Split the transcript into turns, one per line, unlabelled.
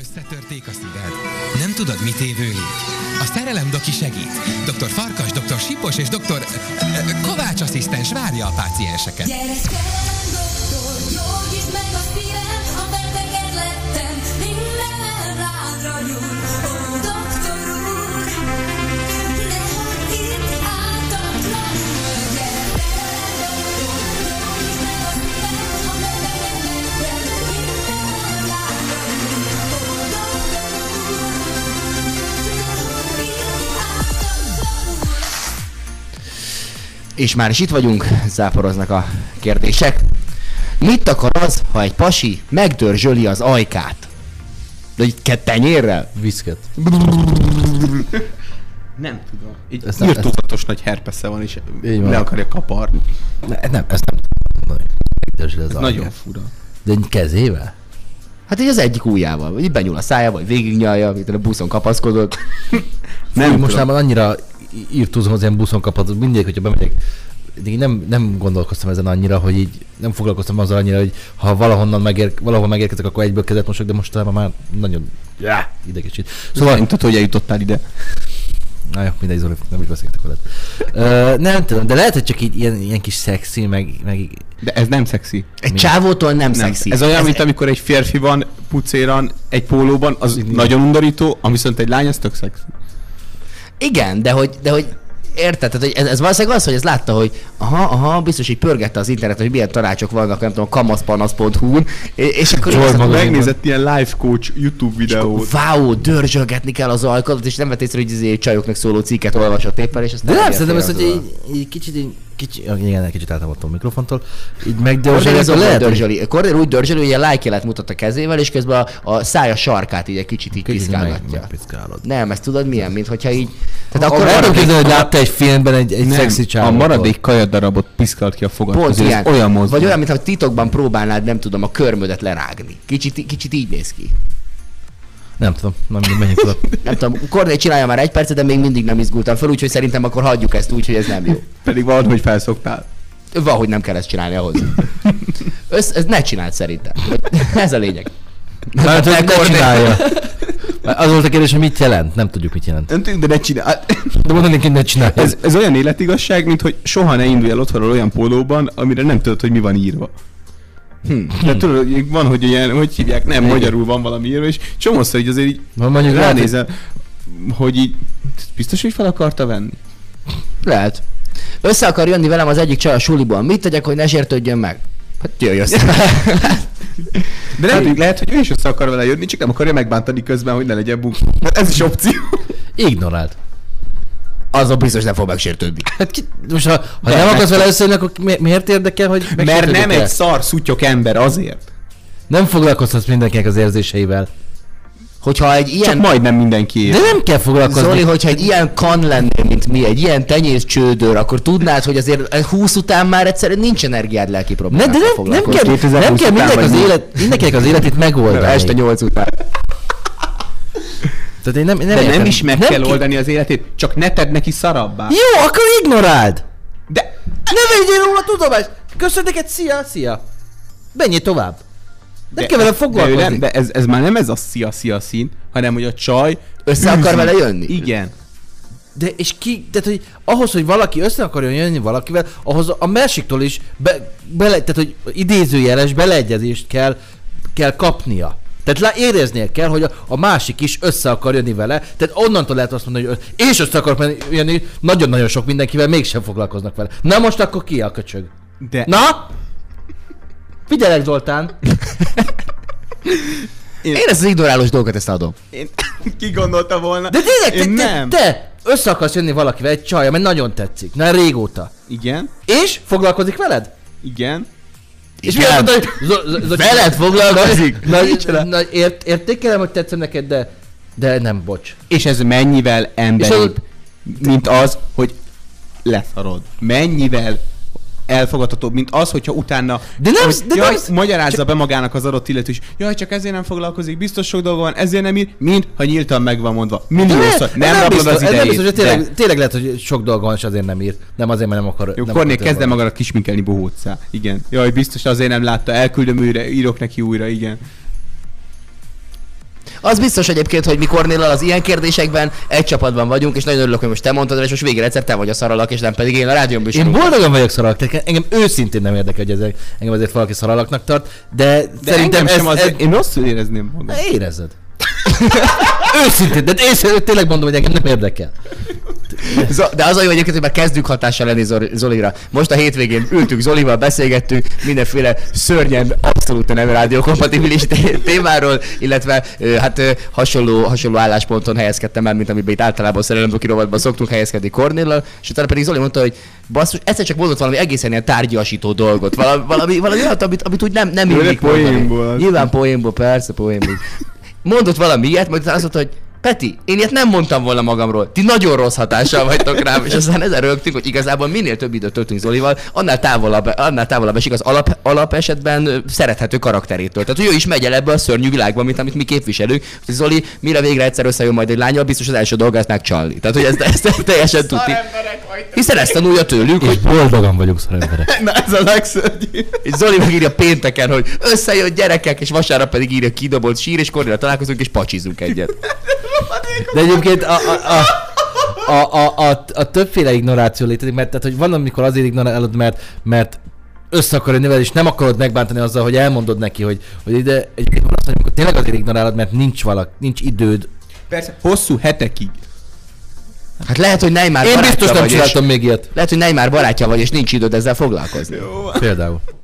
Összetörték a szíved? Nem tudod, mit évőlít? A szerelem doki segít. Dr. Farkas, dr. Sipos és dr. Kovács asszisztens várja a pácienseket.
Gyere, szerelem, doktor, gyógyítsd meg a szívem, ha beteged lettem, mindenem rád ragyog. Ó, doktor úr, nehogy itt áltatlan üljön. Gyere, szerelem, doktor, gyógyítsd meg a szívem, ha beteged lettem, mindenem rád ragyog. Ó, doktor úr, nehogy itt áltatlan üljön.
És már is itt vagyunk, záporoznak a kérdések. Mit akar az, ha egy pasi megdörzsöli az ajkát? De így ke- tenyérrel?
Viszket.
Nem tudom. Így
Ezt
ezt
nem-
írtózatos nagy herpesze van, és
Így van.
le akarja kaparni.
Ne, nem, ezt nem tudom mondani. Megdörzsöl az
Ez
alja.
nagyon fura.
De egy kezével?
Hát így az egyik ujjával, vagy így benyúl a szájába, vagy végignyalja, mint a buszon kapaszkodott.
Nem
Fú,
tudom.
most már annyira í- írtózom az ilyen buszon kapatot, mindig, hogyha bemegyek, de így nem, nem gondolkoztam ezen annyira, hogy így nem foglalkoztam azzal annyira, hogy ha valahonnan megér, valahol megérkezek, akkor egyből kezet mosok, de mostanában már nagyon já, idegesít. Szóval,
Nem tudod, hogy eljutottál ide.
Na jó, mindegy, Zoli, nem is beszélgetek veled. Ö, nem tudom, de lehet, hogy csak így ilyen, ilyen kis szexi, meg, meg így-
De ez nem szexi.
Egy csávótól nem,
Nem.
szexi.
Ez olyan, mint amikor egy férfi van pucéran, egy pólóban, az nagyon undorító, ami viszont egy lány, az tök szexi.
Igen, de hogy, de hogy Érted? Tehát, hogy ez, ez valószínűleg az, hogy ez látta, hogy aha, aha, biztos, hogy pörgette az internet, hogy milyen tanácsok vannak, nem tudom, kamaszpanasz.hu-n, és, és akkor
Zsolt,
azt mondta,
megnézett ilyen life coach YouTube videót.
Váó, dörzsölgetni kell az ajkadat, és nem vett észre, hogy izé csajoknak szóló cikket olvasott éppen, és aztán...
De nem
elérte
szerintem ez,
az
hogy
oldal.
így, így kicsit, így, kicsit, ah, igen, egy kicsit eltávolodtam a mikrofontól, így
Cordél
megdörzsöl,
ez
akkor
lehet,
lehet, hogy
dörzsöli. Cordél úgy dörzsöli, hogy ilyen lájkjelet mutat a kezével, és közben a, a szája sarkát így egy kicsit így
kicsit meg,
piszkálgatja.
megpiszkálod.
Nem, ezt tudod milyen, mint hogyha így...
Tehát akkor el tudom képzelni, hogy látta egy filmben egy, egy
Nem,
szexi
a
csávot.
maradék kajadarabot piszkált ki a fogad
Pont
közé,
ilyen.
ez olyan mozdul.
Vagy olyan, mintha titokban próbálnád, nem tudom, a körmödet lerágni. Kicsit, kicsit így néz ki.
Nem tudom, nem mindegy, menjünk oda.
Nem tudom, Cordél csinálja már egy percet, de még mindig nem izgultam fel, úgyhogy szerintem akkor hagyjuk ezt úgy, hogy ez nem jó.
Pedig valahogy hogy felszoktál.
Valahogy nem kell ezt csinálni ahhoz. Össz, ez ne csináld szerintem. Ez a lényeg.
Mert hogy ne
Cordél.
csinálja. Már Az volt a kérdés, hogy mit jelent? Nem tudjuk, mit jelent.
Nem tudjuk, de ne csinál.
De mondanék, hogy ne csinálja.
Ez, ez olyan életigazság, mint hogy soha ne indulj el otthonról olyan pólóban, amire nem tudod, hogy mi van írva.
Hm.
Hmm. De tudod, hogy van, hogy ilyen, hogy hívják, nem, magyarul van valami írva, és csomószor így azért így
Van mondjuk ránézel.
ránézel, hogy így biztos, hogy fel akarta venni?
Lehet. Össze akar jönni velem az egyik csaj a suliból. Mit tegyek, hogy ne sértődjön meg? Hát jöjj össze.
De
Hát-
lehet, hogy, lehet, hogy ő is össze akar vele jönni, csak nem akarja megbántani közben, hogy ne legyen bukó. Hát ez is opció.
Ignorált.
Azon biztos nem fog megsértődni.
Hát ki, most ha, ha nem akarsz vele összejönni, akkor mi, miért érdekel, hogy
Mert nem
megsértődött-e?
egy szar szutyok ember azért.
Nem foglalkozhatsz mindenkinek az érzéseivel.
Hogyha egy
Csak
ilyen...
majdnem mindenki ér.
De nem kell foglalkozni.
Zoli, hogyha egy ilyen kan lennél, mint mi, egy ilyen tenyészcsődőr, akkor tudnád, hogy azért 20 után már egyszerűen nincs energiád lelki
ne, de
problémákkal
nem, nem kell, nem
2020
kell
után
mindenkinek
vagy
az,
mi?
élet, mindenkinek az életét megoldani.
Este 8 után.
Tehát én nem, én nem,
De
értem.
nem is meg
Nem
kell
ki-
oldani az életét, csak ne tedd neki szarabbá.
Jó, akkor ignoráld!
De
Ne vegyél róla tudomást! Köszönöm neked, szia, szia! Menjél tovább! Nem kell vele foglalkozni.
De, ő nem, de ez, ez már nem ez a szia szia szín, hanem hogy a csaj
Össze akar
űzi.
vele jönni?
Igen.
De és ki, tehát hogy ahhoz, hogy valaki össze akarjon jönni valakivel, ahhoz a másiktól is, be, bele, tehát hogy idézőjeles beleegyezést kell, kell kapnia. Tehát lá, éreznie kell, hogy a, a másik is össze akar jönni vele, tehát onnantól lehet azt mondani, hogy ö- én is össze akarok menni- jönni, nagyon-nagyon sok mindenkivel mégsem foglalkoznak vele. Na most akkor ki a köcsög?
De
Na? Figyelek, Zoltán!
Én ezt az ignorálós dolgot ezt adom.
én ki gondolta volna?
De tényleg,
én
te,
nem.
te, te össze akarsz jönni valakivel, egy csaj, mert nagyon tetszik, na régóta.
Igen,
És foglalkozik veled?
igen.
És mi azt mondta, hogy zo- zo- zo-
Veled foglalkozik?
Nagy, nagy, nagy ért, értékelem, hogy tetszem neked, de, de nem, bocs.
És ez mennyivel emberibb,
És
mint az, hogy leszarod. Mennyivel elfogadhatóbb, mint az, hogyha utána
De nem-
hogy,
de nem-
jaj, magyarázza be magának az adott illető is, jaj, csak ezért nem foglalkozik, biztos sok dolga van, ezért nem ír, mint ha nyíltan meg van mondva. Milliószor,
ez
szóval nem, nem rablod
biztos,
az
ez
idejét.
nem biztos, hogy
de-
tényleg, tényleg lehet, hogy sok dolga van, és azért nem ír. Nem azért, mert nem akar.
Jó,
nem
Kornél
akar
kezd el
tőle
magadat kisminkelni bohócá. Igen. Jaj, biztos azért nem látta, elküldöm újra, írok neki újra, igen.
Az biztos egyébként, hogy mi Kornéllal az ilyen kérdésekben egy csapatban vagyunk, és nagyon örülök, hogy most te mondtad, és most végre egyszer te vagy a szaralak, és nem pedig én a rádión
Én
műsorunk.
boldogan vagyok szaralaknak, engem őszintén nem érdekel, hogy ezek, engem azért valaki szaralaknak tart, de,
De
szerintem
engem
ez,
sem az,
ez...
én rosszul érezném magam.
Ne érezed. őszintén, de én szerintem tényleg mondom, hogy engem nem érdekel.
Zo- De az a jó egyébként, hogy már kezdünk hatással lenni Zoli- Zolira. Most a hétvégén ültünk Zolival, beszélgettünk mindenféle szörnyen, abszolút nem rádiókompatibilis té- témáról, illetve ö, hát ö, hasonló, hasonló állásponton helyezkedtem el, mint amiben itt általában a szerelemdoki rovatban szoktunk helyezkedni Kornéllal, és utána pedig Zoli mondta, hogy basszus, egyszer csak mondott valami egészen ilyen tárgyasító dolgot, valami, valami, valami olyat, amit, amit úgy nem, nem
Jó, de
illik mondani.
poénból az.
Nyilván poénból, persze poénból. Mondott valami ilyet, majd utána azt mondta, hogy Peti, én ilyet nem mondtam volna magamról. Ti nagyon rossz hatással vagytok rám, és aztán ezen rögtünk, hogy igazából minél több időt töltünk Zolival, annál távolabb, annál távolabb esik az alap, alap esetben ö, szerethető karakterétől. Tehát hogy ő is megy el ebbe a szörnyű világba, mint amit mi képviselünk. Úgyhogy Zoli, mire végre egyszer összejön majd egy lányjal, biztos az első dolga ezt megcsalni. Tehát, hogy ezt, ezt teljesen tudni. Hiszen ezt tanulja tőlük, hogy
És boldogan vagyok szóval szaralaknak.
Na ez a legszörnyű.
és Zoli megírja pénteken, hogy összejött gyerekek, és vasárnap pedig írja kidobolt sír, és Kornél találkozunk, és pacsizunk egyet.
De egyébként a, a, a, a, a, a, a többféle ignoráció létezik, mert tehát, hogy van, amikor azért ignorálod, mert, mert össze akarod nevelni, és nem akarod megbántani azzal, hogy elmondod neki, hogy, hogy ide, egyébként van az, hogy amikor tényleg azért ignorálod, mert nincs valak, nincs időd.
Persze, hosszú hetekig.
Hát lehet, hogy Neymar
Én
barátja
biztos nem
vagy, és-
csináltam még ilyet.
Lehet, hogy Neymar barátja vagy, és nincs időd ezzel foglalkozni.
Például.